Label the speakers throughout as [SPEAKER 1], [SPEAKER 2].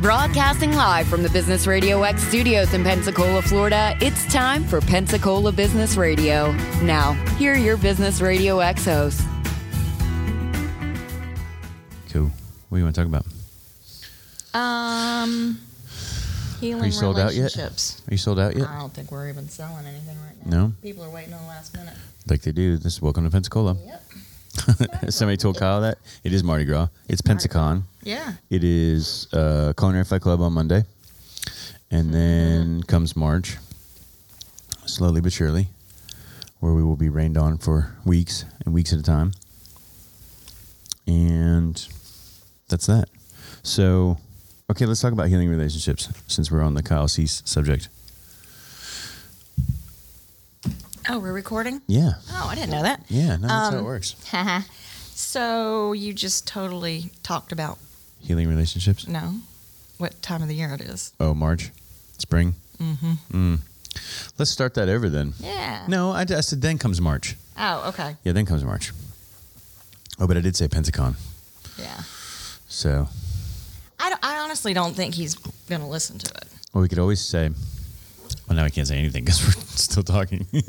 [SPEAKER 1] Broadcasting live from the Business Radio X studios in Pensacola, Florida, it's time for Pensacola Business Radio. Now, here are your Business Radio X hosts.
[SPEAKER 2] Cool. What do you want to talk about?
[SPEAKER 3] Um, healing
[SPEAKER 2] Are you sold out yet?
[SPEAKER 3] relationships.
[SPEAKER 2] Are you sold out yet?
[SPEAKER 3] I don't think we're even selling anything right now.
[SPEAKER 2] No?
[SPEAKER 3] People are waiting on the last minute.
[SPEAKER 2] Like they do. This is Welcome to Pensacola.
[SPEAKER 3] Yep.
[SPEAKER 2] Somebody told Kyle that. It is Mardi Gras. It's Pensacon.
[SPEAKER 3] Yeah.
[SPEAKER 2] It is uh, Culinary Fight Club on Monday. And then comes March, slowly but surely, where we will be rained on for weeks and weeks at a time. And that's that. So, okay, let's talk about healing relationships since we're on the Kyle Cease subject.
[SPEAKER 3] Oh, we're recording?
[SPEAKER 2] Yeah.
[SPEAKER 3] Oh, I didn't know that.
[SPEAKER 2] Yeah, no, that's how it
[SPEAKER 3] Um,
[SPEAKER 2] works.
[SPEAKER 3] Haha. so you just totally talked about
[SPEAKER 2] Healing relationships.
[SPEAKER 3] no, what time of the year it is.
[SPEAKER 2] Oh, March, spring. Mm-hmm. Mm. Let's start that over then.
[SPEAKER 3] Yeah.
[SPEAKER 2] No, I, I said then comes March.
[SPEAKER 3] Oh, okay.
[SPEAKER 2] Yeah, then comes March. Oh, but I did say Pentacon.
[SPEAKER 3] Yeah.
[SPEAKER 2] So,
[SPEAKER 3] I, don't- I honestly don't think he's gonna listen to it.
[SPEAKER 2] well, we could always say. Well, now I can't say anything because we're still talking.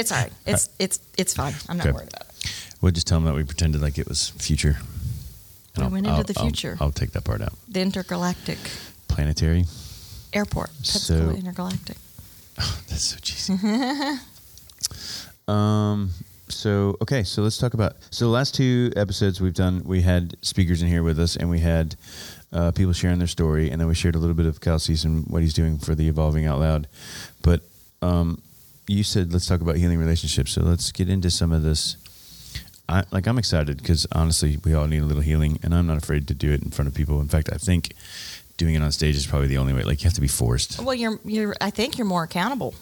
[SPEAKER 3] It's all right. It's it's it's fine. I'm not
[SPEAKER 2] Okay.
[SPEAKER 3] worried about it.
[SPEAKER 2] we'll just tell them that we pretended like it was future.
[SPEAKER 3] We went into the future.
[SPEAKER 2] I'll, take that part out.
[SPEAKER 3] The intergalactic
[SPEAKER 2] Planetary.
[SPEAKER 3] airport.
[SPEAKER 2] So-
[SPEAKER 3] Pensacola intergalactic.
[SPEAKER 2] That's so cheesy. um. So okay. So let's talk about. So the last two episodes we've done, we had speakers in here with us, and we had uh, people sharing their story, and then we shared a little bit of Kelsey's and what he's doing for the Evolving Out Loud. But um, you said let's talk about healing relationships. So let's get into some of this. I, like I'm excited because honestly, we all need a little healing, and I'm not afraid to do it in front of people. In fact, I think doing it on stage is probably the only way. Like you have to be forced.
[SPEAKER 3] Well, you're you're. I think you're more accountable.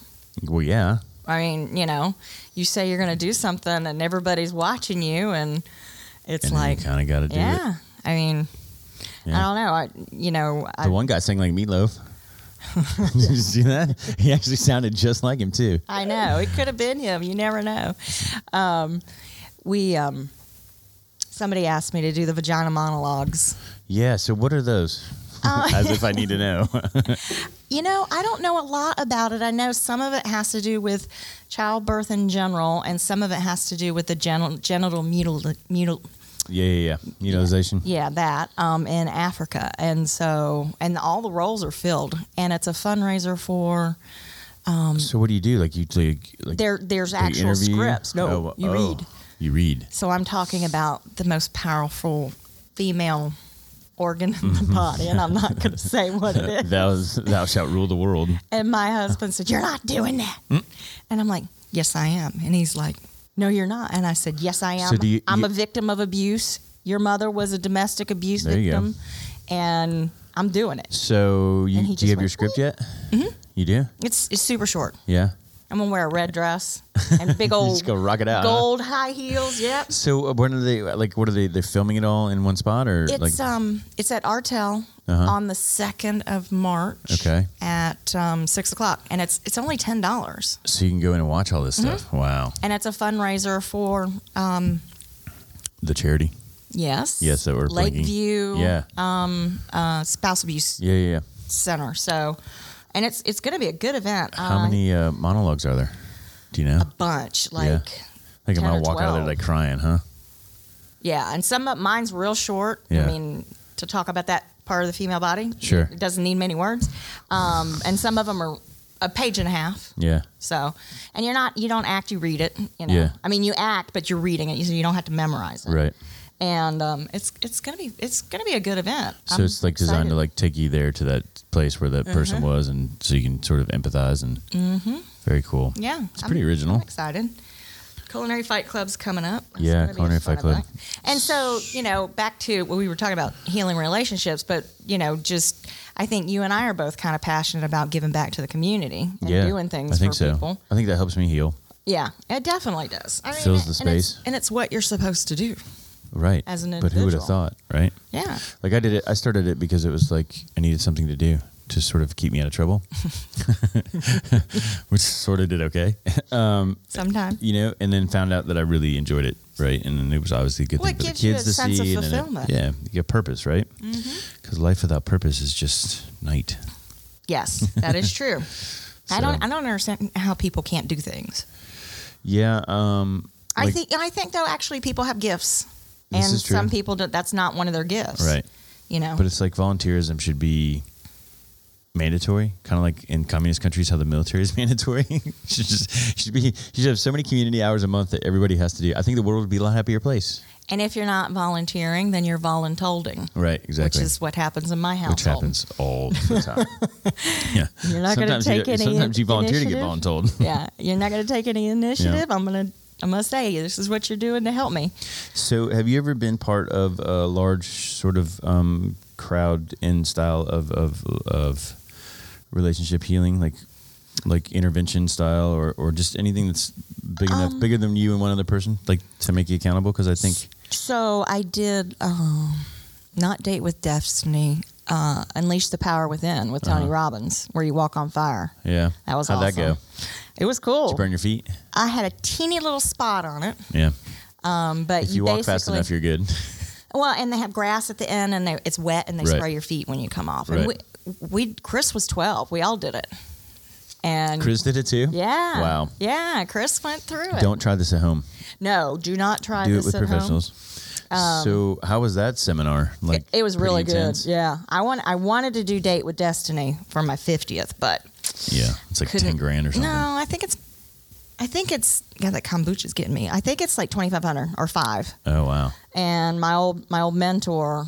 [SPEAKER 2] Well, yeah,
[SPEAKER 3] I mean, you know, you say you're going to do something and everybody's watching you, and it's
[SPEAKER 2] and
[SPEAKER 3] like,
[SPEAKER 2] then you kind of got to do it.
[SPEAKER 3] yeah. I mean,
[SPEAKER 2] Yeah.
[SPEAKER 3] I don't know. I, you know, I,
[SPEAKER 2] The one guy sang like Meatloaf. Did you see that? He actually sounded just like him too.
[SPEAKER 3] I know it could have been him. You never know. Um, we um, somebody asked me to do the vagina monologues.
[SPEAKER 2] Yeah. So what are those?
[SPEAKER 3] Oh.
[SPEAKER 2] As if I need to know.
[SPEAKER 3] You know, I don't know a lot about it. I know some of it has to do with childbirth in general, and some of it has to do with the genital, genital mutil, mutil,
[SPEAKER 2] yeah, yeah, yeah. Mutilization.
[SPEAKER 3] Yeah, that um, in Africa, and so and all the roles are filled, and it's a fundraiser for
[SPEAKER 2] So what do you do? Like you like, like
[SPEAKER 3] there. There's
[SPEAKER 2] they
[SPEAKER 3] actual
[SPEAKER 2] interview you?
[SPEAKER 3] scripts. No,
[SPEAKER 2] Oh,
[SPEAKER 3] you
[SPEAKER 2] oh.
[SPEAKER 3] read.
[SPEAKER 2] You read.
[SPEAKER 3] So I'm talking about the most powerful female organ in
[SPEAKER 2] Mm-hmm.
[SPEAKER 3] the body, and I'm not going to say what it is.
[SPEAKER 2] Thou thou shalt rule the world.
[SPEAKER 3] And my husband said, "You're not doing that,"
[SPEAKER 2] Mm.
[SPEAKER 3] and I'm like, "Yes, I am," and he's like, "No, you're not," and I said, "Yes, I am.
[SPEAKER 2] So do you-
[SPEAKER 3] I'm
[SPEAKER 2] you-
[SPEAKER 3] a victim of abuse. Your mother was a domestic abuse
[SPEAKER 2] There you go.
[SPEAKER 3] victim, and I'm doing it."
[SPEAKER 2] So you
[SPEAKER 3] And he
[SPEAKER 2] do you
[SPEAKER 3] just
[SPEAKER 2] have
[SPEAKER 3] went,
[SPEAKER 2] your script yet? Mm-hmm. You do?
[SPEAKER 3] It's it's super short.
[SPEAKER 2] Yeah.
[SPEAKER 3] I'm gonna wear a red dress and big
[SPEAKER 2] You
[SPEAKER 3] old
[SPEAKER 2] just go rock it out. huh?
[SPEAKER 3] gold high heels. Yep.
[SPEAKER 2] So uh, when are they like? What are they? They're filming it all in one spot or
[SPEAKER 3] It's
[SPEAKER 2] like? Uh-huh.
[SPEAKER 3] um it's at Artel on the second of March.
[SPEAKER 2] Okay.
[SPEAKER 3] At um, six o'clock, and it's it's only ten dollars,
[SPEAKER 2] so you can go in and watch all this
[SPEAKER 3] Mm-hmm.
[SPEAKER 2] stuff. Wow.
[SPEAKER 3] and it's a fundraiser for um
[SPEAKER 2] The charity.
[SPEAKER 3] yes
[SPEAKER 2] Yes, that we're blinking.
[SPEAKER 3] Lakeview
[SPEAKER 2] Yeah.
[SPEAKER 3] uh, Spouse Abuse
[SPEAKER 2] yeah. Yeah. Yeah.
[SPEAKER 3] Center. So, and it's it's gonna be a good event.
[SPEAKER 2] How
[SPEAKER 3] Uh,
[SPEAKER 2] many uh, monologues are there? Do you know?
[SPEAKER 3] bunch like.
[SPEAKER 2] Like I
[SPEAKER 3] 10
[SPEAKER 2] might
[SPEAKER 3] or
[SPEAKER 2] walk out of there
[SPEAKER 3] 12.
[SPEAKER 2] like crying, huh?
[SPEAKER 3] Yeah, and some of mine's real short.
[SPEAKER 2] Yeah.
[SPEAKER 3] I mean, to talk about that part of the female body,
[SPEAKER 2] Sure.
[SPEAKER 3] it doesn't need many words. Um, and some of them are a page and a half.
[SPEAKER 2] Yeah.
[SPEAKER 3] So, and you're not, you don't act, you read it. You know,
[SPEAKER 2] Yeah.
[SPEAKER 3] I mean, you act, but you're reading it, so you don't have to memorize it.
[SPEAKER 2] Right.
[SPEAKER 3] And um, it's it's gonna be it's gonna be a good event.
[SPEAKER 2] So
[SPEAKER 3] I'm
[SPEAKER 2] it's like designed
[SPEAKER 3] excited. Mm-hmm.
[SPEAKER 2] to like take you there to that place where that person was, and so you can sort of empathize and. Very cool.
[SPEAKER 3] yeah,
[SPEAKER 2] It's
[SPEAKER 3] I'm-
[SPEAKER 2] pretty original.
[SPEAKER 3] I'm excited. Culinary Fight Club's coming up. That's
[SPEAKER 2] Yeah,
[SPEAKER 3] gonna be a
[SPEAKER 2] Culinary
[SPEAKER 3] fun
[SPEAKER 2] Fight Club.
[SPEAKER 3] event. And so, you know, back to what we were talking about healing relationships, but, you know, just I think you and I are both kind of passionate about giving back to the community and
[SPEAKER 2] yeah.
[SPEAKER 3] doing things
[SPEAKER 2] I think
[SPEAKER 3] for
[SPEAKER 2] so.
[SPEAKER 3] people.
[SPEAKER 2] I think that helps me heal.
[SPEAKER 3] Yeah, it definitely does. I
[SPEAKER 2] Fills the
[SPEAKER 3] and it's-
[SPEAKER 2] space.
[SPEAKER 3] And it's, what you're supposed to do.
[SPEAKER 2] Right.
[SPEAKER 3] As an
[SPEAKER 2] But who would have
[SPEAKER 3] individual.
[SPEAKER 2] thought, right?
[SPEAKER 3] Yeah.
[SPEAKER 2] Like I did it. I started it because it was like I needed something to do to sort of keep me out of trouble, which sort of did okay.
[SPEAKER 3] Sometimes.
[SPEAKER 2] you know, and then found out that I really enjoyed it, right? And then it was obviously a good
[SPEAKER 3] Well,
[SPEAKER 2] thing
[SPEAKER 3] it
[SPEAKER 2] for the
[SPEAKER 3] gives you
[SPEAKER 2] kids
[SPEAKER 3] a
[SPEAKER 2] to
[SPEAKER 3] sense
[SPEAKER 2] see,
[SPEAKER 3] of
[SPEAKER 2] and then it-
[SPEAKER 3] fulfillment. Mm-hmm.
[SPEAKER 2] yeah, you get purpose, right? Because Because life without purpose is just night.
[SPEAKER 3] Yes, that is true. I don't.
[SPEAKER 2] So-
[SPEAKER 3] I don't understand how people can't do things.
[SPEAKER 2] Yeah. Um,
[SPEAKER 3] I
[SPEAKER 2] like-
[SPEAKER 3] think. I think though, actually, people have gifts, and
[SPEAKER 2] This is true.
[SPEAKER 3] some people don't, that's not one of their gifts.
[SPEAKER 2] Right.
[SPEAKER 3] You know.
[SPEAKER 2] But it's like volunteerism should be mandatory, kind of like in communist countries how the military is mandatory. should just should be you should have so many community hours a month that everybody has to do. I think the world would be a lot happier place.
[SPEAKER 3] and if you're not volunteering, then you're voluntolding,
[SPEAKER 2] Right. Exactly.
[SPEAKER 3] which is what happens in my
[SPEAKER 2] Which
[SPEAKER 3] household.
[SPEAKER 2] happens all the time. yeah.
[SPEAKER 3] You're not gonna
[SPEAKER 2] Sometimes you-
[SPEAKER 3] take any
[SPEAKER 2] Sometimes you volunteer to get
[SPEAKER 3] initiative?
[SPEAKER 2] voluntold.
[SPEAKER 3] Yeah, you're not going to take any initiative. I'm going to. I'm going to say this is what you're doing to help me.
[SPEAKER 2] So, have you ever been part of a large sort of um, crowd in style of, of of relationship healing, like like intervention style, or or just anything that's big
[SPEAKER 3] Um,
[SPEAKER 2] enough, bigger than you and one other person, like to make you accountable? Because I think
[SPEAKER 3] So I did um, not date with destiny. Uh, Unleash the power within with Tony
[SPEAKER 2] Uh-huh.
[SPEAKER 3] Robbins, where you walk on fire.
[SPEAKER 2] yeah,
[SPEAKER 3] That was
[SPEAKER 2] how'd that
[SPEAKER 3] awesome.
[SPEAKER 2] go?
[SPEAKER 3] It was cool.
[SPEAKER 2] Did you burn your feet?
[SPEAKER 3] I had a teeny little spot on it,
[SPEAKER 2] Yeah,
[SPEAKER 3] um, but
[SPEAKER 2] if
[SPEAKER 3] you,
[SPEAKER 2] you walk fast
[SPEAKER 3] basically-
[SPEAKER 2] enough, you're good.
[SPEAKER 3] well, and they have grass at the end, and they, it's wet, and they
[SPEAKER 2] Right.
[SPEAKER 3] spray your feet when you come off. And
[SPEAKER 2] Right.
[SPEAKER 3] we, we, Chris was twelve. We all did it, and
[SPEAKER 2] Chris did it too.
[SPEAKER 3] yeah,
[SPEAKER 2] Wow.
[SPEAKER 3] yeah, Chris went through it.
[SPEAKER 2] Don't try this at home.
[SPEAKER 3] no, do not try
[SPEAKER 2] Do it
[SPEAKER 3] this
[SPEAKER 2] with
[SPEAKER 3] at home. Um,
[SPEAKER 2] professionals. so, how was that seminar? Like,
[SPEAKER 3] It was
[SPEAKER 2] pretty
[SPEAKER 3] really
[SPEAKER 2] intense?
[SPEAKER 3] good. Yeah, I want I wanted to do date with destiny for my fiftieth, but
[SPEAKER 2] Yeah, it's like
[SPEAKER 3] Couldn't-
[SPEAKER 2] ten grand or something.
[SPEAKER 3] no, I think it's. I think it's God. That kombucha's getting me. I think it's like twenty five hundred or five.
[SPEAKER 2] Oh wow.
[SPEAKER 3] and my old my old mentor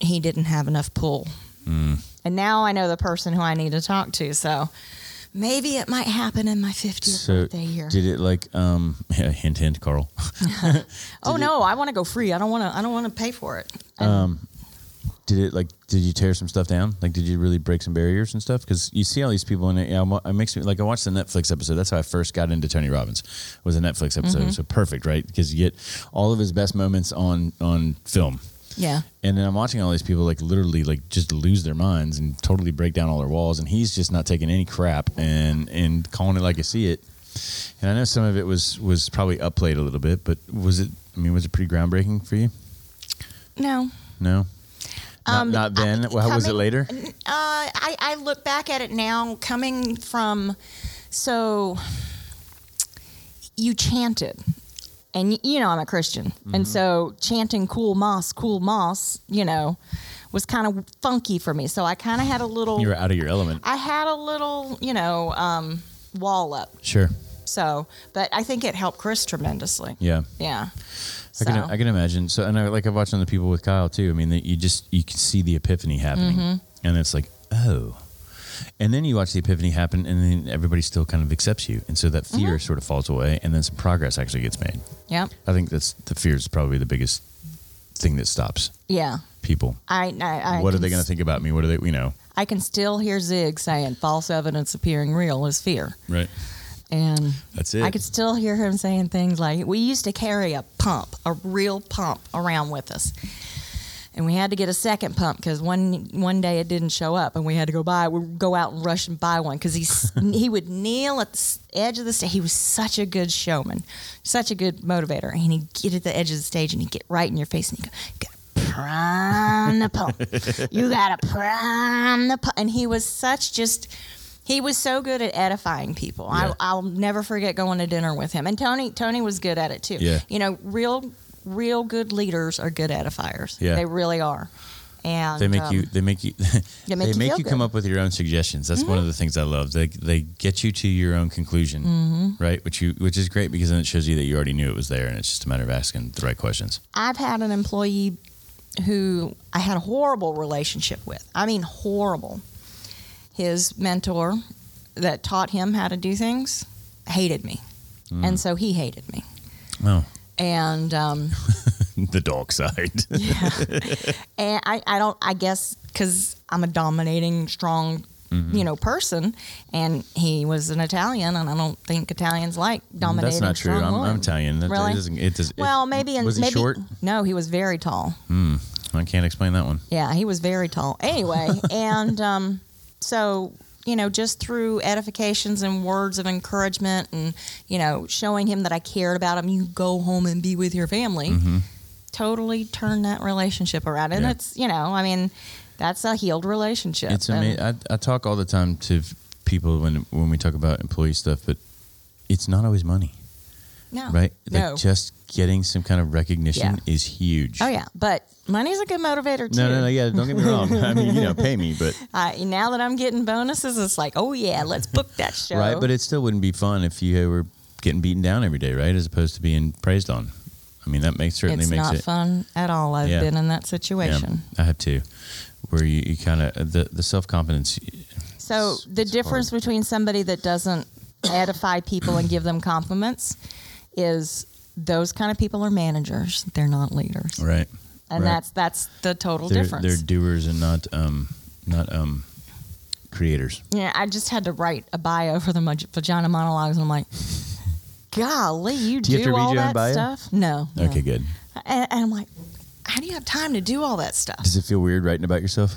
[SPEAKER 3] he didn't have enough pull
[SPEAKER 2] Mm.
[SPEAKER 3] and now i know the person who i need to talk to so maybe it might happen in my 50th
[SPEAKER 2] so
[SPEAKER 3] birthday year
[SPEAKER 2] did it like um yeah, hint hint carl
[SPEAKER 3] oh no i want to go free i don't want to i don't want to pay for it
[SPEAKER 2] Um, did it like did you tear some stuff down like did you really break some barriers and stuff because you see all these people and it, yeah, I'm- it makes me like i watched the netflix episode that's how i first got into tony robbins was a netflix episode so perfect right because you get all of his best moments on on film
[SPEAKER 3] yeah
[SPEAKER 2] and then i'm watching all these people like literally like just lose their minds and totally break down all their walls and he's just not taking any crap and and calling it like i see it and i know some of it was was probably upplayed a little bit but was it i mean was it pretty groundbreaking for you
[SPEAKER 3] no
[SPEAKER 2] No. Not,
[SPEAKER 3] Um,
[SPEAKER 2] not then. Well, how was it
[SPEAKER 3] coming-
[SPEAKER 2] later?
[SPEAKER 3] uh, I, I look back at it now coming from so you chanted and y- you know i'm a christian
[SPEAKER 2] Mm-hmm.
[SPEAKER 3] and so chanting cool moss cool moss you know was kind of funky for me so i kind of had a little
[SPEAKER 2] You were out of your element.
[SPEAKER 3] i had a little you know um, wall up
[SPEAKER 2] Sure.
[SPEAKER 3] so but i think it helped chris tremendously
[SPEAKER 2] Yeah.
[SPEAKER 3] yeah
[SPEAKER 2] I
[SPEAKER 3] so,
[SPEAKER 2] can, I can imagine. So, and I, like I've watched on the people with Kyle too. I mean, that you just you can see the epiphany happening,
[SPEAKER 3] Mm-hmm.
[SPEAKER 2] and it's like, oh, and then you watch the epiphany happen, and then everybody still kind of accepts you, and so that
[SPEAKER 3] Mm-hmm.
[SPEAKER 2] fear sort of falls away, and then some progress actually gets made.
[SPEAKER 3] yeah
[SPEAKER 2] I think that's the fear is probably the biggest thing that stops
[SPEAKER 3] yeah
[SPEAKER 2] people.
[SPEAKER 3] i, I, I
[SPEAKER 2] what are
[SPEAKER 3] can
[SPEAKER 2] they going to
[SPEAKER 3] s-
[SPEAKER 2] think about me? What are they? You know,
[SPEAKER 3] I can still hear Zig saying false evidence appearing real is fear.
[SPEAKER 2] right?
[SPEAKER 3] And
[SPEAKER 2] That's it.
[SPEAKER 3] I could still hear him saying things like, We used to carry a pump, a real pump around with us. And we had to get a second pump because one one day it didn't show up, and we had to go buy. We go out and rush and buy one because he s- he would kneel at the s- edge of the stage. He was such a good showman, such a good motivator, and he'd get at the edge of the stage and he'd get right in your face and he'd go, "You gotta prime the pump. You gotta prime the pump." And he was such just. He was so good at edifying people.
[SPEAKER 2] Yeah.
[SPEAKER 3] I, I'll never forget going to dinner with him, and Tony. Tony was good at it too.
[SPEAKER 2] Yeah.
[SPEAKER 3] You know, real, real good leaders are good edifiers.
[SPEAKER 2] Yeah.
[SPEAKER 3] They really are. And
[SPEAKER 2] They make
[SPEAKER 3] um,
[SPEAKER 2] you. They make you. They
[SPEAKER 3] make
[SPEAKER 2] make,
[SPEAKER 3] you
[SPEAKER 2] you,
[SPEAKER 3] feel
[SPEAKER 2] come
[SPEAKER 3] good. Mm-hmm.
[SPEAKER 2] up with your own suggestions. That's one of the things I love. They they get you to your own conclusion,
[SPEAKER 3] Mm-hmm.
[SPEAKER 2] right? Which you which is great because then it shows you that you already knew it was there, and it's just a matter of asking the right questions.
[SPEAKER 3] I've had an employee who I had a horrible relationship with. I mean, horrible. His mentor that taught him how to do things hated me,
[SPEAKER 2] Mm.
[SPEAKER 3] and so he hated me.
[SPEAKER 2] Oh,
[SPEAKER 3] And um,
[SPEAKER 2] the dark side.
[SPEAKER 3] and I, I don't i guess because i'm a dominating strong
[SPEAKER 2] Mm-hmm.
[SPEAKER 3] you know person and he was an italian and i don't think italians like dominating
[SPEAKER 2] Mm, That's not true.
[SPEAKER 3] strong
[SPEAKER 2] I'm, I'm
[SPEAKER 3] women.
[SPEAKER 2] Italian. That, that
[SPEAKER 3] Really?
[SPEAKER 2] doesn't, it does, it-
[SPEAKER 3] well maybe in
[SPEAKER 2] was he
[SPEAKER 3] maybe
[SPEAKER 2] short? Hmm.
[SPEAKER 3] no he was very tall
[SPEAKER 2] I can't explain that one.
[SPEAKER 3] yeah he was very tall anyway and um, so you know just through edifications and words of encouragement and you know showing him that i cared about him you go home and be with your family totally turned that relationship around. And
[SPEAKER 2] Mm-hmm. Yeah.
[SPEAKER 3] it's, you know, I mean, that's a healed relationship.
[SPEAKER 2] It's
[SPEAKER 3] And-
[SPEAKER 2] amazing. I, I talk all the time to f- people when when we talk about employee stuff, but it's not always money,
[SPEAKER 3] No.
[SPEAKER 2] right?
[SPEAKER 3] Oh, No.
[SPEAKER 2] Like just getting some kind of recognition is huge.
[SPEAKER 3] oh, yeah. But money's a good motivator, too.
[SPEAKER 2] No, no, no. Yeah, don't get me wrong. I mean, you know, pay me, but
[SPEAKER 3] I- now that I'm getting bonuses, it's like, oh, yeah, let's book that show.
[SPEAKER 2] right. But it still wouldn't be fun if you were getting beaten down every day, right? As opposed to being praised on. I mean, that makes certainly
[SPEAKER 3] it's
[SPEAKER 2] makes
[SPEAKER 3] not
[SPEAKER 2] it.
[SPEAKER 3] fun at all. I've
[SPEAKER 2] Yeah.
[SPEAKER 3] been in that
[SPEAKER 2] Yeah,
[SPEAKER 3] situation.
[SPEAKER 2] I have to, where you, you kind of the the self confidence.
[SPEAKER 3] So
[SPEAKER 2] It's-
[SPEAKER 3] the
[SPEAKER 2] it's
[SPEAKER 3] difference between somebody that doesn't edify people and give them compliments is those kind of people are managers. They're not leaders.
[SPEAKER 2] Right.
[SPEAKER 3] And
[SPEAKER 2] right.
[SPEAKER 3] that's that's the total
[SPEAKER 2] they're,
[SPEAKER 3] difference.
[SPEAKER 2] They're doers and not um not um creators.
[SPEAKER 3] yeah, I just had to write a bio for the Maj- vagina monologues, and I'm like, golly, you
[SPEAKER 2] Do
[SPEAKER 3] do,
[SPEAKER 2] you have to read
[SPEAKER 3] all
[SPEAKER 2] your own
[SPEAKER 3] that
[SPEAKER 2] bio?
[SPEAKER 3] stuff? No. no.
[SPEAKER 2] Okay, good.
[SPEAKER 3] And, and I'm like, how do you have time to do all that stuff?
[SPEAKER 2] Does it feel weird writing about yourself?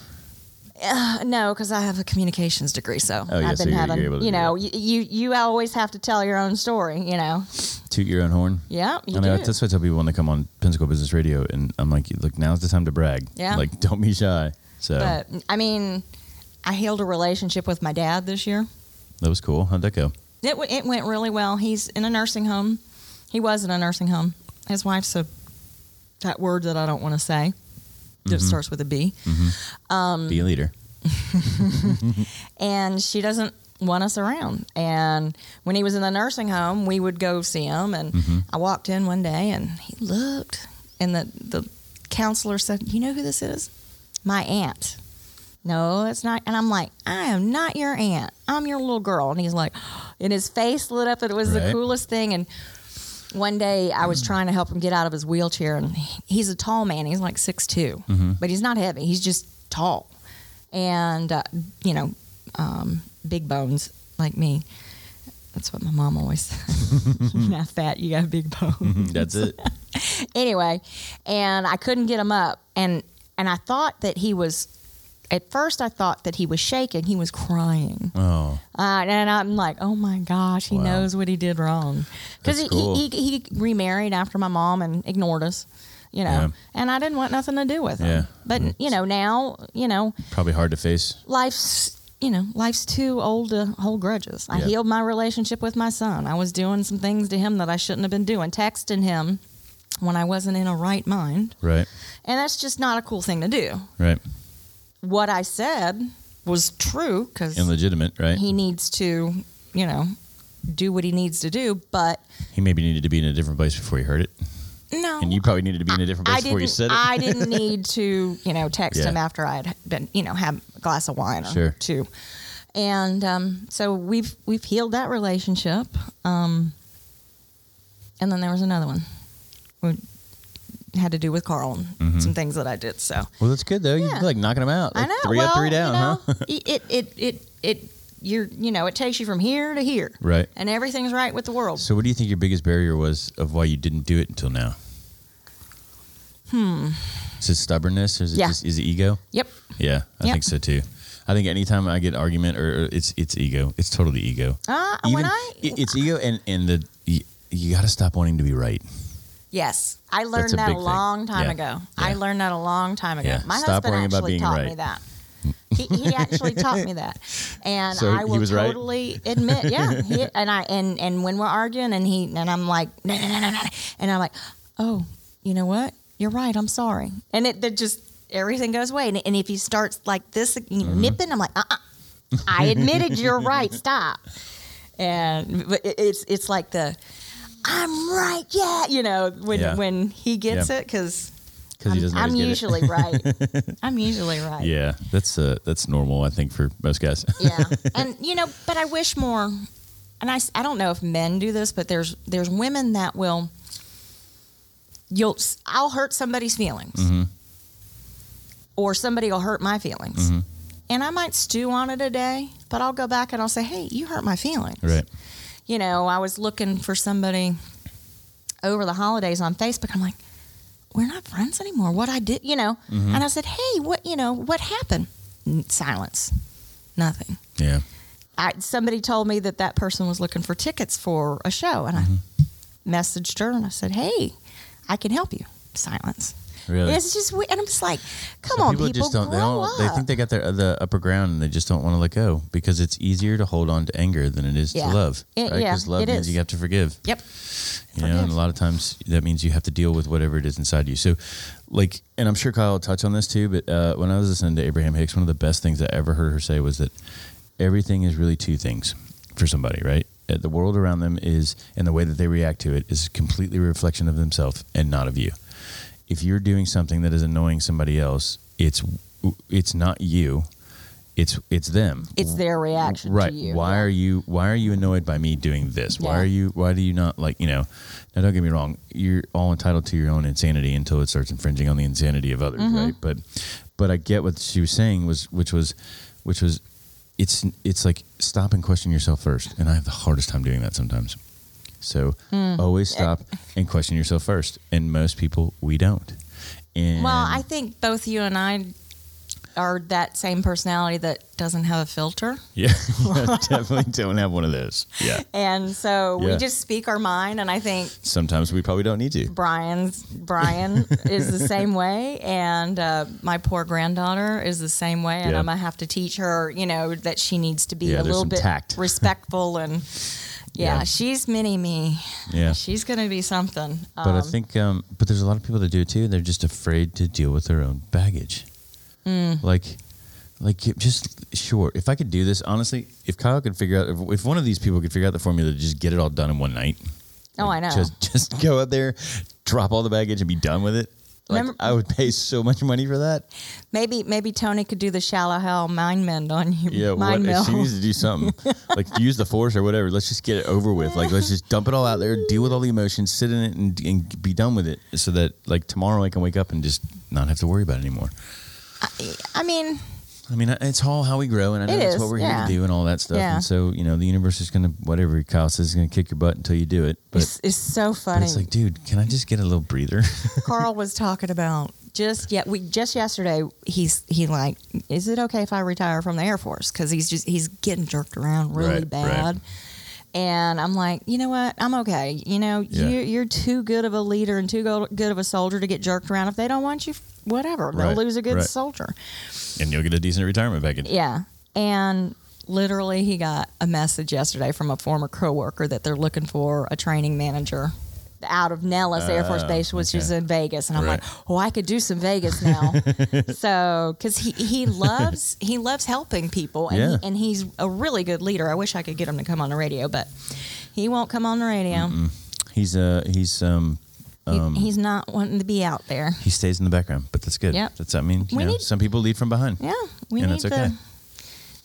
[SPEAKER 3] Uh, no, because I have a communications degree, so
[SPEAKER 2] Oh, yeah,
[SPEAKER 3] I've
[SPEAKER 2] so
[SPEAKER 3] been
[SPEAKER 2] you're-
[SPEAKER 3] having,
[SPEAKER 2] you're able to
[SPEAKER 3] you
[SPEAKER 2] do
[SPEAKER 3] know, y- you you always have to tell your own story, you know.
[SPEAKER 2] Toot your own horn.
[SPEAKER 3] Yeah, you
[SPEAKER 2] I know
[SPEAKER 3] do.
[SPEAKER 2] that's what I tell people when they come on Pensacola Business Radio, and I'm like, look, now's the time to brag.
[SPEAKER 3] Yeah.
[SPEAKER 2] Like, don't be shy. So
[SPEAKER 3] But I mean, I healed a relationship with my dad this year.
[SPEAKER 2] that was cool. How'd that go?
[SPEAKER 3] It w- it went really well. He's in a nursing home. He was in a nursing home. His wife's a that word that I don't want to say. That starts with a B, Um,
[SPEAKER 2] be a leader.
[SPEAKER 3] and she doesn't want us around. And when he was in the nursing home, we would go see him. And I walked in one day, and he looked, and the the counselor said, "You know who this is? My aunt." No, it's not. And I'm like, I am not your aunt. I'm your little girl. And he's like, and his face lit up. It was the
[SPEAKER 2] Right.
[SPEAKER 3] coolest thing. And one day I was trying to help him get out of his wheelchair. And he- he's a tall man. He's like 6'2, but he's not heavy. He's just tall and, uh, you know, um, big bones like me. That's what my mom always said. You're not fat, you got big bones
[SPEAKER 2] That's it.
[SPEAKER 3] anyway, and I couldn't get him up, and and I thought that he was. At first, I thought that he was shaking. He was crying,
[SPEAKER 2] Oh,
[SPEAKER 3] uh, and I'm like, "Oh my gosh, he
[SPEAKER 2] Wow.
[SPEAKER 3] knows what he did wrong." Because
[SPEAKER 2] That's
[SPEAKER 3] he,
[SPEAKER 2] cool.
[SPEAKER 3] he, he he remarried after my mom and ignored us, you know.
[SPEAKER 2] Yeah.
[SPEAKER 3] And I didn't want nothing to do with him.
[SPEAKER 2] Yeah. Mm-hmm.
[SPEAKER 3] But you know, now you know
[SPEAKER 2] probably hard to face.
[SPEAKER 3] life's you know life's too old to hold grudges i
[SPEAKER 2] Yeah.
[SPEAKER 3] healed my relationship with my son i was doing some things to him that i shouldn't have been doing texting him when i wasn't in a right mind
[SPEAKER 2] Right.
[SPEAKER 3] and that's just not a cool thing to do
[SPEAKER 2] Right.
[SPEAKER 3] what i said was true because
[SPEAKER 2] And legitimate. Right.
[SPEAKER 3] he
[SPEAKER 2] He,
[SPEAKER 3] needs to you know do what he needs to do but
[SPEAKER 2] maybe needed to be in a different place before he heard it,
[SPEAKER 3] no
[SPEAKER 2] and you probably needed to be in a different place
[SPEAKER 3] I
[SPEAKER 2] before you
[SPEAKER 3] didn't.
[SPEAKER 2] said it.
[SPEAKER 3] I didn't need to, you know, text
[SPEAKER 2] Yeah.
[SPEAKER 3] him after I'd been, you know, have a glass of wine or
[SPEAKER 2] Sure.
[SPEAKER 3] two, and um, so we've we've healed that relationship. Um, and then there was another one, we had to do with Carl and some things that I did. So
[SPEAKER 2] well, that's good though.
[SPEAKER 3] Yeah.
[SPEAKER 2] You like knocking them out.
[SPEAKER 3] I
[SPEAKER 2] Mm-hmm. Like,
[SPEAKER 3] know
[SPEAKER 2] Three
[SPEAKER 3] well,
[SPEAKER 2] up, three down,
[SPEAKER 3] you
[SPEAKER 2] huh?
[SPEAKER 3] know, it it it it you're you know it takes you from here to here,
[SPEAKER 2] Right.
[SPEAKER 3] And everything's right with the world.
[SPEAKER 2] So, what do you think your biggest barrier was of why you didn't do it until now? Hmm. Is it stubbornness? Or is it
[SPEAKER 3] Yeah.
[SPEAKER 2] just is it ego?
[SPEAKER 3] yep.
[SPEAKER 2] Yeah, I
[SPEAKER 3] Yeah.
[SPEAKER 2] think so too. I think anytime I get argument or, or it's it's ego. It's totally ego.
[SPEAKER 3] Uh, when I
[SPEAKER 2] it- it's ego and and the you, you got to stop wanting to be right.
[SPEAKER 3] Yes, I learned
[SPEAKER 2] a
[SPEAKER 3] that
[SPEAKER 2] big
[SPEAKER 3] a
[SPEAKER 2] thing.
[SPEAKER 3] long time
[SPEAKER 2] Yeah.
[SPEAKER 3] ago.
[SPEAKER 2] Yeah.
[SPEAKER 3] I learned that a long time ago.
[SPEAKER 2] Yeah.
[SPEAKER 3] My
[SPEAKER 2] Stop
[SPEAKER 3] husband
[SPEAKER 2] worrying
[SPEAKER 3] actually
[SPEAKER 2] about being
[SPEAKER 3] taught
[SPEAKER 2] right.
[SPEAKER 3] me that. He, he actually taught me that, and
[SPEAKER 2] So
[SPEAKER 3] I
[SPEAKER 2] he
[SPEAKER 3] will
[SPEAKER 2] was right?
[SPEAKER 3] totally admit, yeah. He, and I and and when we're arguing, and he and I'm like, no, no, no, no, no, and I'm like, oh, you know what? You're right. I'm sorry. And it that just everything goes away. And, and if he starts like this, you know,
[SPEAKER 2] Mm-hmm.
[SPEAKER 3] nipping, I'm like, uh, uh I admitted you're right. Stop. And but it- it's it's like the I'm right. Yeah, you know when
[SPEAKER 2] Yeah.
[SPEAKER 3] when he gets
[SPEAKER 2] Yeah.
[SPEAKER 3] it because
[SPEAKER 2] Because he
[SPEAKER 3] I'm,
[SPEAKER 2] doesn't
[SPEAKER 3] I'm
[SPEAKER 2] always get it.
[SPEAKER 3] usually right. I'm usually right.
[SPEAKER 2] Yeah, that's uh, that's normal. I think for most guys.
[SPEAKER 3] Yeah. And you know, but I wish more. And I, s- I don't know if men do this, but there's there's women that will. You'll s- I'll hurt somebody's feelings,
[SPEAKER 2] Mm-hmm.
[SPEAKER 3] or somebody will hurt my feelings,
[SPEAKER 2] Mm-hmm.
[SPEAKER 3] and I might stew on it a day, but I'll go back and I'll say, "Hey, you hurt my feelings."
[SPEAKER 2] right.
[SPEAKER 3] you know, I was looking for somebody over the holidays on Facebook. I'm like, we're not friends anymore. What I did, you know,
[SPEAKER 2] Mm-hmm.
[SPEAKER 3] and I said, hey, what, you know, what happened? N- Silence, nothing.
[SPEAKER 2] Yeah.
[SPEAKER 3] I, somebody told me that that person was looking
[SPEAKER 2] Mm-hmm.
[SPEAKER 3] for tickets for a show, and I messaged her and I said, hey, I can help you. silence.
[SPEAKER 2] Really?
[SPEAKER 3] It's just weird. And I'm just like, come
[SPEAKER 2] But
[SPEAKER 3] on,
[SPEAKER 2] people
[SPEAKER 3] people,
[SPEAKER 2] just don't.
[SPEAKER 3] grow
[SPEAKER 2] They don't.
[SPEAKER 3] up.
[SPEAKER 2] They think they got their the upper ground, and they just don't want to let go because it's easier to hold on to anger than it is
[SPEAKER 3] Yeah.
[SPEAKER 2] to love.
[SPEAKER 3] It-
[SPEAKER 2] right?
[SPEAKER 3] yeah,
[SPEAKER 2] Because love
[SPEAKER 3] it
[SPEAKER 2] means
[SPEAKER 3] is.
[SPEAKER 2] you have to forgive.
[SPEAKER 3] yep.
[SPEAKER 2] You know, and a lot of times that means you have to deal with whatever it is inside you. So, like, and I'm sure Kyle will touch on this too. But uh, when I was listening to Abraham Hicks, one of the best things I ever heard her say was that everything is really two things for somebody, right? Uh, The world around them is, and the way that they react to it is completely a reflection of themselves and not of you. If you're doing something that is annoying somebody else, it's it's not you, it's it's them
[SPEAKER 3] It's their reaction
[SPEAKER 2] right
[SPEAKER 3] to you.
[SPEAKER 2] why are you why are you annoyed by me doing this why
[SPEAKER 3] Yeah.
[SPEAKER 2] are you why do you not like you know now don't get me wrong you're all entitled to your own insanity until it starts infringing on the insanity of others
[SPEAKER 3] Mm-hmm.
[SPEAKER 2] right but but i get what she was saying was which was which was it's it's like stop and question yourself first and i have the hardest time doing that sometimes so
[SPEAKER 3] Hmm.
[SPEAKER 2] always stop and question yourself first and most people we don't and
[SPEAKER 3] Well, I think both you and I are that same personality that doesn't have a filter.
[SPEAKER 2] yeah, yeah definitely don't have one of those yeah
[SPEAKER 3] And so
[SPEAKER 2] Yeah.
[SPEAKER 3] we just speak our mind. And I think
[SPEAKER 2] sometimes we probably don't need to
[SPEAKER 3] Brian's Brian is the same way, and uh, my poor granddaughter is the same way, and
[SPEAKER 2] Yeah.
[SPEAKER 3] I'm gonna have to teach her, you know, that she needs to be
[SPEAKER 2] Yeah,
[SPEAKER 3] a
[SPEAKER 2] there's
[SPEAKER 3] little
[SPEAKER 2] some
[SPEAKER 3] bit
[SPEAKER 2] tact.
[SPEAKER 3] respectful, and yeah,
[SPEAKER 2] Yeah.
[SPEAKER 3] she's mini me.
[SPEAKER 2] yeah
[SPEAKER 3] She's gonna be something.
[SPEAKER 2] But I think, um, but there's a lot of people that do it too. They're just afraid to deal with their own baggage.
[SPEAKER 3] Hmm.
[SPEAKER 2] Like, like it- just sure. If I could do this, honestly, if Kyle could figure out, if, if one of these people could figure out the formula to just get it all done in one night.
[SPEAKER 3] Oh,
[SPEAKER 2] like,
[SPEAKER 3] I know.
[SPEAKER 2] Just, just go out there, drop all the baggage, and be done with it. Like
[SPEAKER 3] Remember-
[SPEAKER 2] I would pay so much money for that.
[SPEAKER 3] maybe maybe Tony could do the shallow hell mind mend on you.
[SPEAKER 2] Yeah, what,
[SPEAKER 3] mind meld.
[SPEAKER 2] she needs to do something like use the force or whatever. Let's just get it over with. Like let's just dump it all out there, deal with all the emotions, sit in it, and, and be done with it, so that like tomorrow I can wake up and just not have to worry about it anymore.
[SPEAKER 3] I mean,
[SPEAKER 2] I mean, it's all how we grow, and I know
[SPEAKER 3] It
[SPEAKER 2] that's
[SPEAKER 3] is,
[SPEAKER 2] what we're
[SPEAKER 3] yeah.
[SPEAKER 2] here to do, and all that stuff.
[SPEAKER 3] Yeah.
[SPEAKER 2] And so you know, the universe is gonna whatever Kyle says is gonna kick your butt until you do it. But,
[SPEAKER 3] it's, it's so
[SPEAKER 2] but
[SPEAKER 3] funny.
[SPEAKER 2] it's like, dude, can I just get a little breather?
[SPEAKER 3] Carl was talking about just yet we just yesterday he's he like is it okay if I retire from the Air Force because he's just he's getting jerked around really
[SPEAKER 2] Right, right.
[SPEAKER 3] bad. And I'm like, you know what? I'm okay. You know,
[SPEAKER 2] Yeah.
[SPEAKER 3] you, you're too good of a leader and too go- good of a soldier to get jerked around. If they don't want you, whatever. They'll
[SPEAKER 2] Right,
[SPEAKER 3] lose a good
[SPEAKER 2] right.
[SPEAKER 3] soldier.
[SPEAKER 2] and you'll get a decent retirement package.
[SPEAKER 3] Yeah. And literally, he got a message yesterday from a former coworker that they're looking for a training manager out of Nellis Air Force Base, which is in Vegas. And I'm
[SPEAKER 2] Oh, Right.
[SPEAKER 3] like, oh, I could do some Vegas now. so, because he, he loves he loves helping people, and,
[SPEAKER 2] Yeah.
[SPEAKER 3] he, and he's a really good leader. I wish I could get him to come on the radio, but he won't come on the radio.
[SPEAKER 2] He's uh he's um
[SPEAKER 3] He- he's not wanting to be out there.
[SPEAKER 2] he stays in the background, but that's good.
[SPEAKER 3] Yep.
[SPEAKER 2] That's I mean, you
[SPEAKER 3] We
[SPEAKER 2] know,
[SPEAKER 3] need-
[SPEAKER 2] some people lead from behind.
[SPEAKER 3] Yeah, we
[SPEAKER 2] And
[SPEAKER 3] need
[SPEAKER 2] it's okay.
[SPEAKER 3] the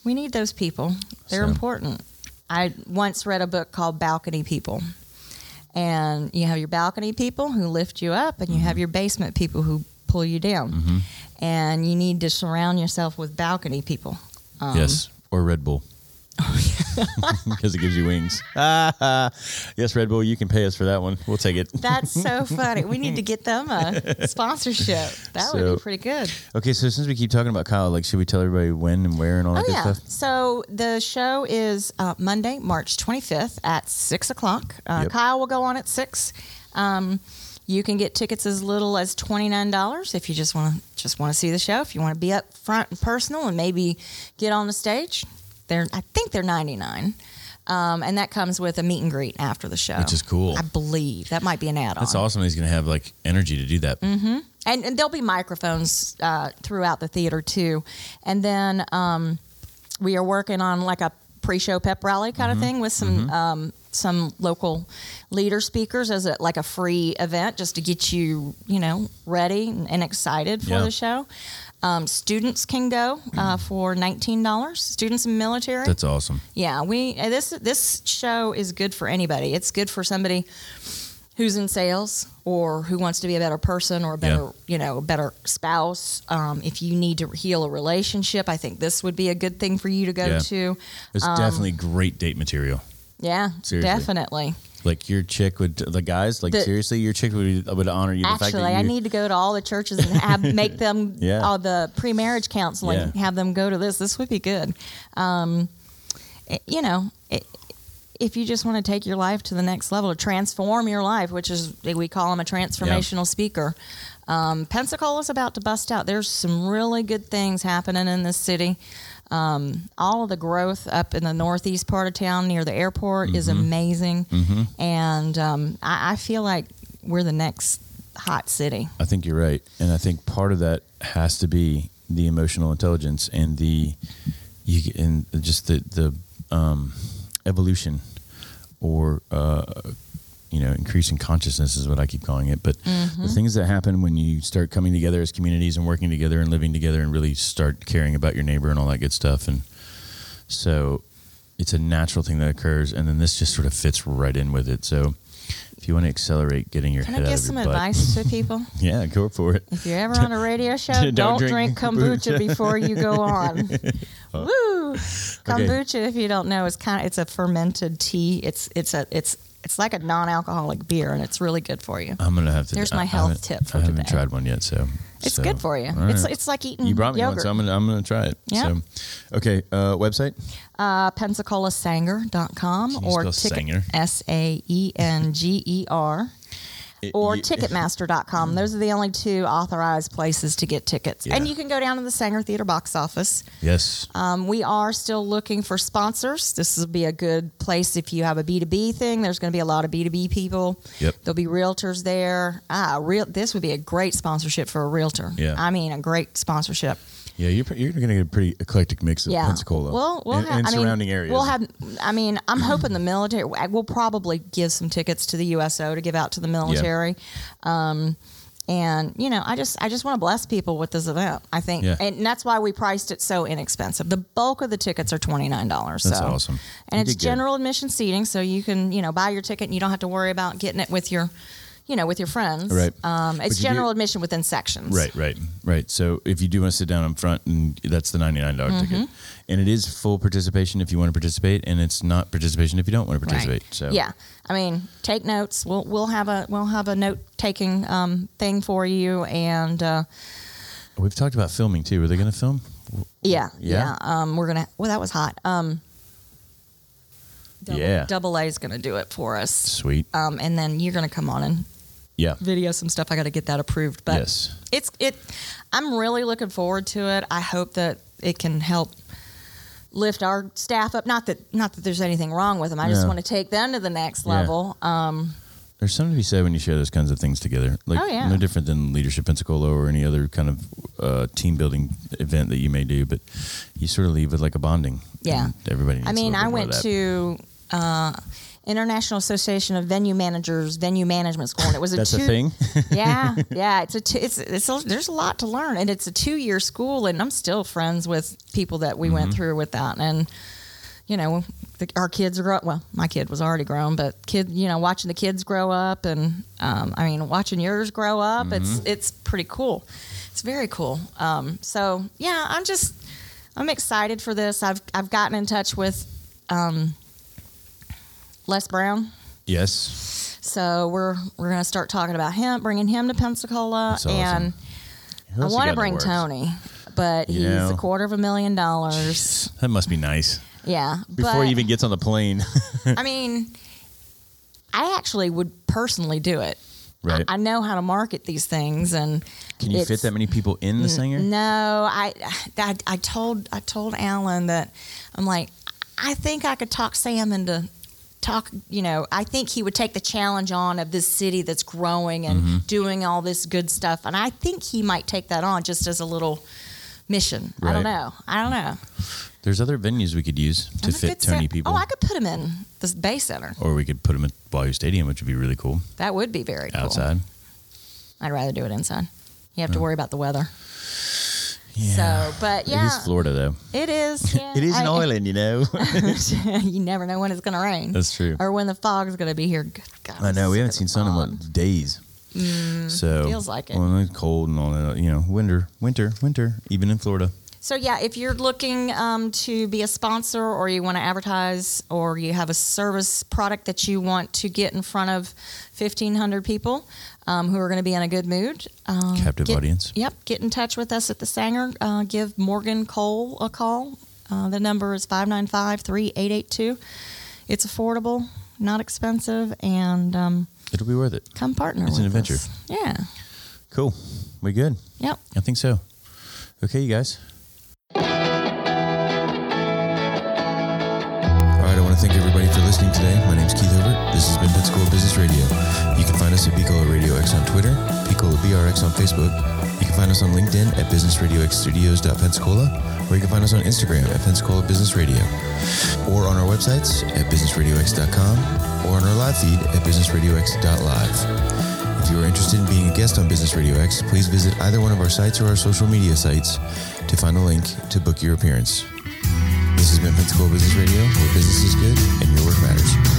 [SPEAKER 3] we need those people. They're
[SPEAKER 2] So-
[SPEAKER 3] important. I once read a book called Balcony People. And you have your balcony people who lift you up and you
[SPEAKER 2] Mm-hmm.
[SPEAKER 3] have your basement people who pull you down. And you need to surround yourself with balcony people. Um,
[SPEAKER 2] yes, or Red Bull. Because it gives you wings. yes, Red Bull, you can pay us for that one. We'll take it.
[SPEAKER 3] That's so funny. We need to get them a sponsorship. That would
[SPEAKER 2] So-
[SPEAKER 3] be pretty good.
[SPEAKER 2] Okay, so since we keep talking about Kyle, like, should we tell everybody when and where and all that
[SPEAKER 3] Oh,
[SPEAKER 2] good
[SPEAKER 3] yeah.
[SPEAKER 2] stuff?
[SPEAKER 3] So the show is uh, Monday, March 25th at 6 o'clock. Uh,
[SPEAKER 2] Yep.
[SPEAKER 3] Kyle will go on at 6. Um, you can get tickets as little as $29 if you just want to just want to see the show. If you want to be up front and personal and maybe get on the stage, they're I think they're 99. Um, and that comes with a meet and greet after the show.
[SPEAKER 2] Which is cool.
[SPEAKER 3] I believe that might be an add-on.
[SPEAKER 2] That's awesome. He's going to have like energy to do that.
[SPEAKER 3] Mm-hmm. and, and there'll be microphones uh, throughout the theater too. And then um, we are working on like a pre-show pep rally kind of thing with some um, some local leader speakers as a, like a free event just to get you you know ready and excited for
[SPEAKER 2] Yeah.
[SPEAKER 3] the show. Um, students can go uh, for nineteen dollars. Students and military.
[SPEAKER 2] That's awesome.
[SPEAKER 3] Yeah, we uh, this this show is good for anybody. It's good for somebody who's in sales or who wants to be a better person or a better
[SPEAKER 2] Yeah.
[SPEAKER 3] you know a better spouse. Um, if you need to heal a relationship, I think this would be a good thing for you to go
[SPEAKER 2] Yeah.
[SPEAKER 3] to.
[SPEAKER 2] It's
[SPEAKER 3] Um,
[SPEAKER 2] definitely great date material.
[SPEAKER 3] Yeah,
[SPEAKER 2] Seriously.
[SPEAKER 3] definitely.
[SPEAKER 2] Like, your chick would, the guys, like,
[SPEAKER 3] The-
[SPEAKER 2] seriously, your chick would, would honor you. The fact
[SPEAKER 3] Actually,
[SPEAKER 2] that you,
[SPEAKER 3] I need to go to all the churches and have, make them
[SPEAKER 2] Yeah.
[SPEAKER 3] all the pre-marriage counseling.
[SPEAKER 2] Yeah.
[SPEAKER 3] eh, Have them go to this. This would be good. Um, it- you know, it, if you just want to take your life to the next level, transform your life, which is eh, we call him a transformational speaker. Um, Pensacola's about to bust out. There's some really good things happening in this city. Um, all of the growth up in the northeast part of town near the airport is
[SPEAKER 2] Mm-hmm.
[SPEAKER 3] amazing, and um, I, I feel like we're the next hot city.
[SPEAKER 2] I think you're right, and I think part of that has to be the emotional intelligence and the you and just the the um, evolution or uh, you know increasing consciousness is what I keep calling it. But
[SPEAKER 3] Mm-hmm.
[SPEAKER 2] the things that happen when you start coming together as communities and working together and living together and really start caring about your neighbor and all that good stuff, and so it's a natural thing that occurs, and then this just sort of fits right in with it. So. If you want to accelerate getting your
[SPEAKER 3] Can
[SPEAKER 2] head
[SPEAKER 3] I
[SPEAKER 2] out
[SPEAKER 3] give
[SPEAKER 2] of your
[SPEAKER 3] some
[SPEAKER 2] butt,
[SPEAKER 3] advice to people?
[SPEAKER 2] yeah, go for it.
[SPEAKER 3] If you're ever on a radio show, don't, drink, kombucha before you go on.
[SPEAKER 2] Oh.
[SPEAKER 3] Woo! Kombucha, if you don't know, is kind of it's a fermented tea. It's it's a it's it's like a non-alcoholic beer, and it's really good for you.
[SPEAKER 2] I'm gonna have to.
[SPEAKER 3] There's
[SPEAKER 2] I-
[SPEAKER 3] my
[SPEAKER 2] I
[SPEAKER 3] health
[SPEAKER 2] haven't-
[SPEAKER 3] tip for
[SPEAKER 2] I haven't
[SPEAKER 3] today.
[SPEAKER 2] tried one yet, so
[SPEAKER 3] It's
[SPEAKER 2] so,
[SPEAKER 3] good for you.
[SPEAKER 2] all
[SPEAKER 3] It's
[SPEAKER 2] right.
[SPEAKER 3] it's like eating
[SPEAKER 2] you brought me
[SPEAKER 3] yogurt.
[SPEAKER 2] one, so I'm gonna I'm gonna try it.
[SPEAKER 3] Yeah.
[SPEAKER 2] So, okay, uh, website.
[SPEAKER 3] uh, PensacolaSanger.com
[SPEAKER 2] you
[SPEAKER 3] or
[SPEAKER 2] spell Sanger?
[SPEAKER 3] ticket S A E N G E R. Or
[SPEAKER 2] you-
[SPEAKER 3] Ticketmaster.com. Those are the only two authorized places to get tickets. And
[SPEAKER 2] Yeah.
[SPEAKER 3] you can go down to the Sanger Theater box office.
[SPEAKER 2] Yes.
[SPEAKER 3] Um, we are still looking for sponsors. This will be a good place if you have a B2B thing. There's going to be a lot of B2B people.
[SPEAKER 2] Yep.
[SPEAKER 3] There'll be realtors there. Ah, real. This would be a great sponsorship for a realtor.
[SPEAKER 2] Yeah.
[SPEAKER 3] I mean, a great sponsorship.
[SPEAKER 2] Yeah, you're pre- you're gonna get a pretty eclectic mix of
[SPEAKER 3] Yeah.
[SPEAKER 2] Pensacola.
[SPEAKER 3] Well, we'll
[SPEAKER 2] and,
[SPEAKER 3] have,
[SPEAKER 2] and
[SPEAKER 3] I mean,
[SPEAKER 2] surrounding areas.
[SPEAKER 3] We'll have. I mean, I'm hoping the military. We'll probably give some tickets to the USO to give out to the military. Um, and you know, I just I just want to bless people with this event. I think,
[SPEAKER 2] Yeah.
[SPEAKER 3] and that's why we priced it so inexpensive. The bulk of the tickets are twenty nine dollars.
[SPEAKER 2] That's
[SPEAKER 3] so.
[SPEAKER 2] awesome.
[SPEAKER 3] And
[SPEAKER 2] You
[SPEAKER 3] it's
[SPEAKER 2] did good.
[SPEAKER 3] general admission seating, so you can you know buy your ticket and you don't have to worry about getting it with your, you know, with your friends.
[SPEAKER 2] Right.
[SPEAKER 3] Um,
[SPEAKER 2] But
[SPEAKER 3] it's
[SPEAKER 2] you do-
[SPEAKER 3] general admission within sections.
[SPEAKER 2] Right, right, right. So if you do want to sit down up front, and that's the ninety nine dollar
[SPEAKER 3] Mm-hmm.
[SPEAKER 2] ticket, and it is full participation if you want to participate, and it's not participation if you don't want to participate. So
[SPEAKER 3] yeah, I mean, take notes. We'll we'll have a we'll have a note taking um, thing for you, and uh,
[SPEAKER 2] we've talked about filming too. Are they gonna film?
[SPEAKER 3] yeah,
[SPEAKER 2] Yeah.
[SPEAKER 3] yeah, Um, we're gonna. Well, that was hot. Um, double,
[SPEAKER 2] Yeah.
[SPEAKER 3] Double A is gonna do it for us,
[SPEAKER 2] Sweet.
[SPEAKER 3] um, and then you're gonna come on and
[SPEAKER 2] Yeah.
[SPEAKER 3] video some stuff. I got to get that approved, but
[SPEAKER 2] Yes.
[SPEAKER 3] it's it. I'm really looking forward to it. I hope that it can help lift our staff up. Not that not that there's anything wrong with them. I just
[SPEAKER 2] No.
[SPEAKER 3] want to take them to the next
[SPEAKER 2] Yeah.
[SPEAKER 3] level. Um,
[SPEAKER 2] There's something to be said when you share those kinds of things together. Like
[SPEAKER 3] Oh, yeah.
[SPEAKER 2] no different than leadership Pensacola or any other kind of uh, team building event that you may do, but you sort of leave with like a bonding.
[SPEAKER 3] Yeah.
[SPEAKER 2] And everybody. Needs
[SPEAKER 3] I mean,
[SPEAKER 2] a little
[SPEAKER 3] I
[SPEAKER 2] bit more of
[SPEAKER 3] went
[SPEAKER 2] that.
[SPEAKER 3] to uh, International Association of Venue Managers Venue Management School, and it was a
[SPEAKER 2] That's
[SPEAKER 3] two,
[SPEAKER 2] a thing.
[SPEAKER 3] yeah, yeah. It's a two, it's it's a, there's a lot to learn, and it's a two year school, and I'm still friends with people that we went through with that, and you know, the, our kids are grow. Well, my kid was already grown, but kid, you know, watching the kids grow up, and um, I mean, watching yours grow up, it's it's pretty cool. It's very cool. Um, so yeah, I'm just I'm excited for this. I've I've gotten in touch with um, Les Brown.
[SPEAKER 2] yes.
[SPEAKER 3] So we're we're gonna start talking about him, bringing him to Pensacola,
[SPEAKER 2] That's awesome.
[SPEAKER 3] and
[SPEAKER 2] Who
[SPEAKER 3] I
[SPEAKER 2] else you
[SPEAKER 3] want
[SPEAKER 2] got
[SPEAKER 3] to
[SPEAKER 2] in the
[SPEAKER 3] bring
[SPEAKER 2] works?
[SPEAKER 3] Tony, but
[SPEAKER 2] You
[SPEAKER 3] he's
[SPEAKER 2] know.
[SPEAKER 3] a quarter of a million dollars.
[SPEAKER 2] That must be nice.
[SPEAKER 3] Yeah,
[SPEAKER 2] Before
[SPEAKER 3] but,
[SPEAKER 2] he even gets on the plane,
[SPEAKER 3] I mean, I actually would personally do it.
[SPEAKER 2] right?
[SPEAKER 3] I, I know how to market these things, and
[SPEAKER 2] Can you fit
[SPEAKER 3] it's-
[SPEAKER 2] that many people in the singer?
[SPEAKER 3] No, I, I I told I told Alan that I'm like I think I could talk Sam into talk. You know, I think he would take the challenge on of this city that's growing and
[SPEAKER 2] Mm-hmm.
[SPEAKER 3] doing all this good stuff, and I think he might take that on just as a little mission. I don't
[SPEAKER 2] Right.
[SPEAKER 3] know. I don't know.
[SPEAKER 2] There's other venues we could use to
[SPEAKER 3] I'm a
[SPEAKER 2] fit
[SPEAKER 3] good
[SPEAKER 2] Tony
[SPEAKER 3] Sam-
[SPEAKER 2] people,
[SPEAKER 3] Oh, I could put him in this Bay Center.
[SPEAKER 2] or we could put him at Bayou Stadium, which would be really cool.
[SPEAKER 3] That would be very cool.
[SPEAKER 2] Outside, Uh.
[SPEAKER 3] I'd rather do it inside. You have to worry about the weather.
[SPEAKER 2] yeah.
[SPEAKER 3] So, but
[SPEAKER 2] it
[SPEAKER 3] yeah,
[SPEAKER 2] is Florida though.
[SPEAKER 3] It is. yeah.
[SPEAKER 2] It is
[SPEAKER 3] I-
[SPEAKER 2] an island, you know.
[SPEAKER 3] you never know when it's going to rain.
[SPEAKER 2] That's true.
[SPEAKER 3] Or when the fog's going to be here. Good God.
[SPEAKER 2] I know we
[SPEAKER 3] sick
[SPEAKER 2] haven't
[SPEAKER 3] of
[SPEAKER 2] seen
[SPEAKER 3] the
[SPEAKER 2] sun in
[SPEAKER 3] fog.
[SPEAKER 2] what days. so
[SPEAKER 3] Mm, feels like it.
[SPEAKER 2] Well, it's cold and all that. You know, winter, winter, winter. Even in Florida,
[SPEAKER 3] So yeah, if you're looking um, to be a sponsor, or you want to advertise, or you have a service product that you want to get in front of 1,500 people um, who are going to be in a good mood, um,
[SPEAKER 2] captive
[SPEAKER 3] get-
[SPEAKER 2] audience.
[SPEAKER 3] Yep, get in touch with us at the Sanger. Uh, give Morgan Cole a call. Uh, the number is 595 3882. It's affordable, not expensive, and um,
[SPEAKER 2] It'll be worth it.
[SPEAKER 3] come partner
[SPEAKER 2] It's an
[SPEAKER 3] with
[SPEAKER 2] adventure.
[SPEAKER 3] us. Yeah.
[SPEAKER 2] Cool. We good?
[SPEAKER 3] Yep.
[SPEAKER 2] I think so. Okay, you guys. All right, I want to thank everybody for listening today. My name's Keith Hilbert. This has been Pensacola Business Radio. You can find us at Picola Radio X on Twitter, Picola BRX on Facebook. You can find us on LinkedIn at Business Radio X Studios.pensacola, or you can find us on Instagram at Pensacola Business Radio, or on our websites at BusinessRadioX.com, or on our live feed at BusinessRadioX.live. If you are interested in being a guest on Business Radio X, please visit either one of our sites or our social media sites to find a link to book your appearance. This has been Pensacola Business Radio, where business is good and your work matters.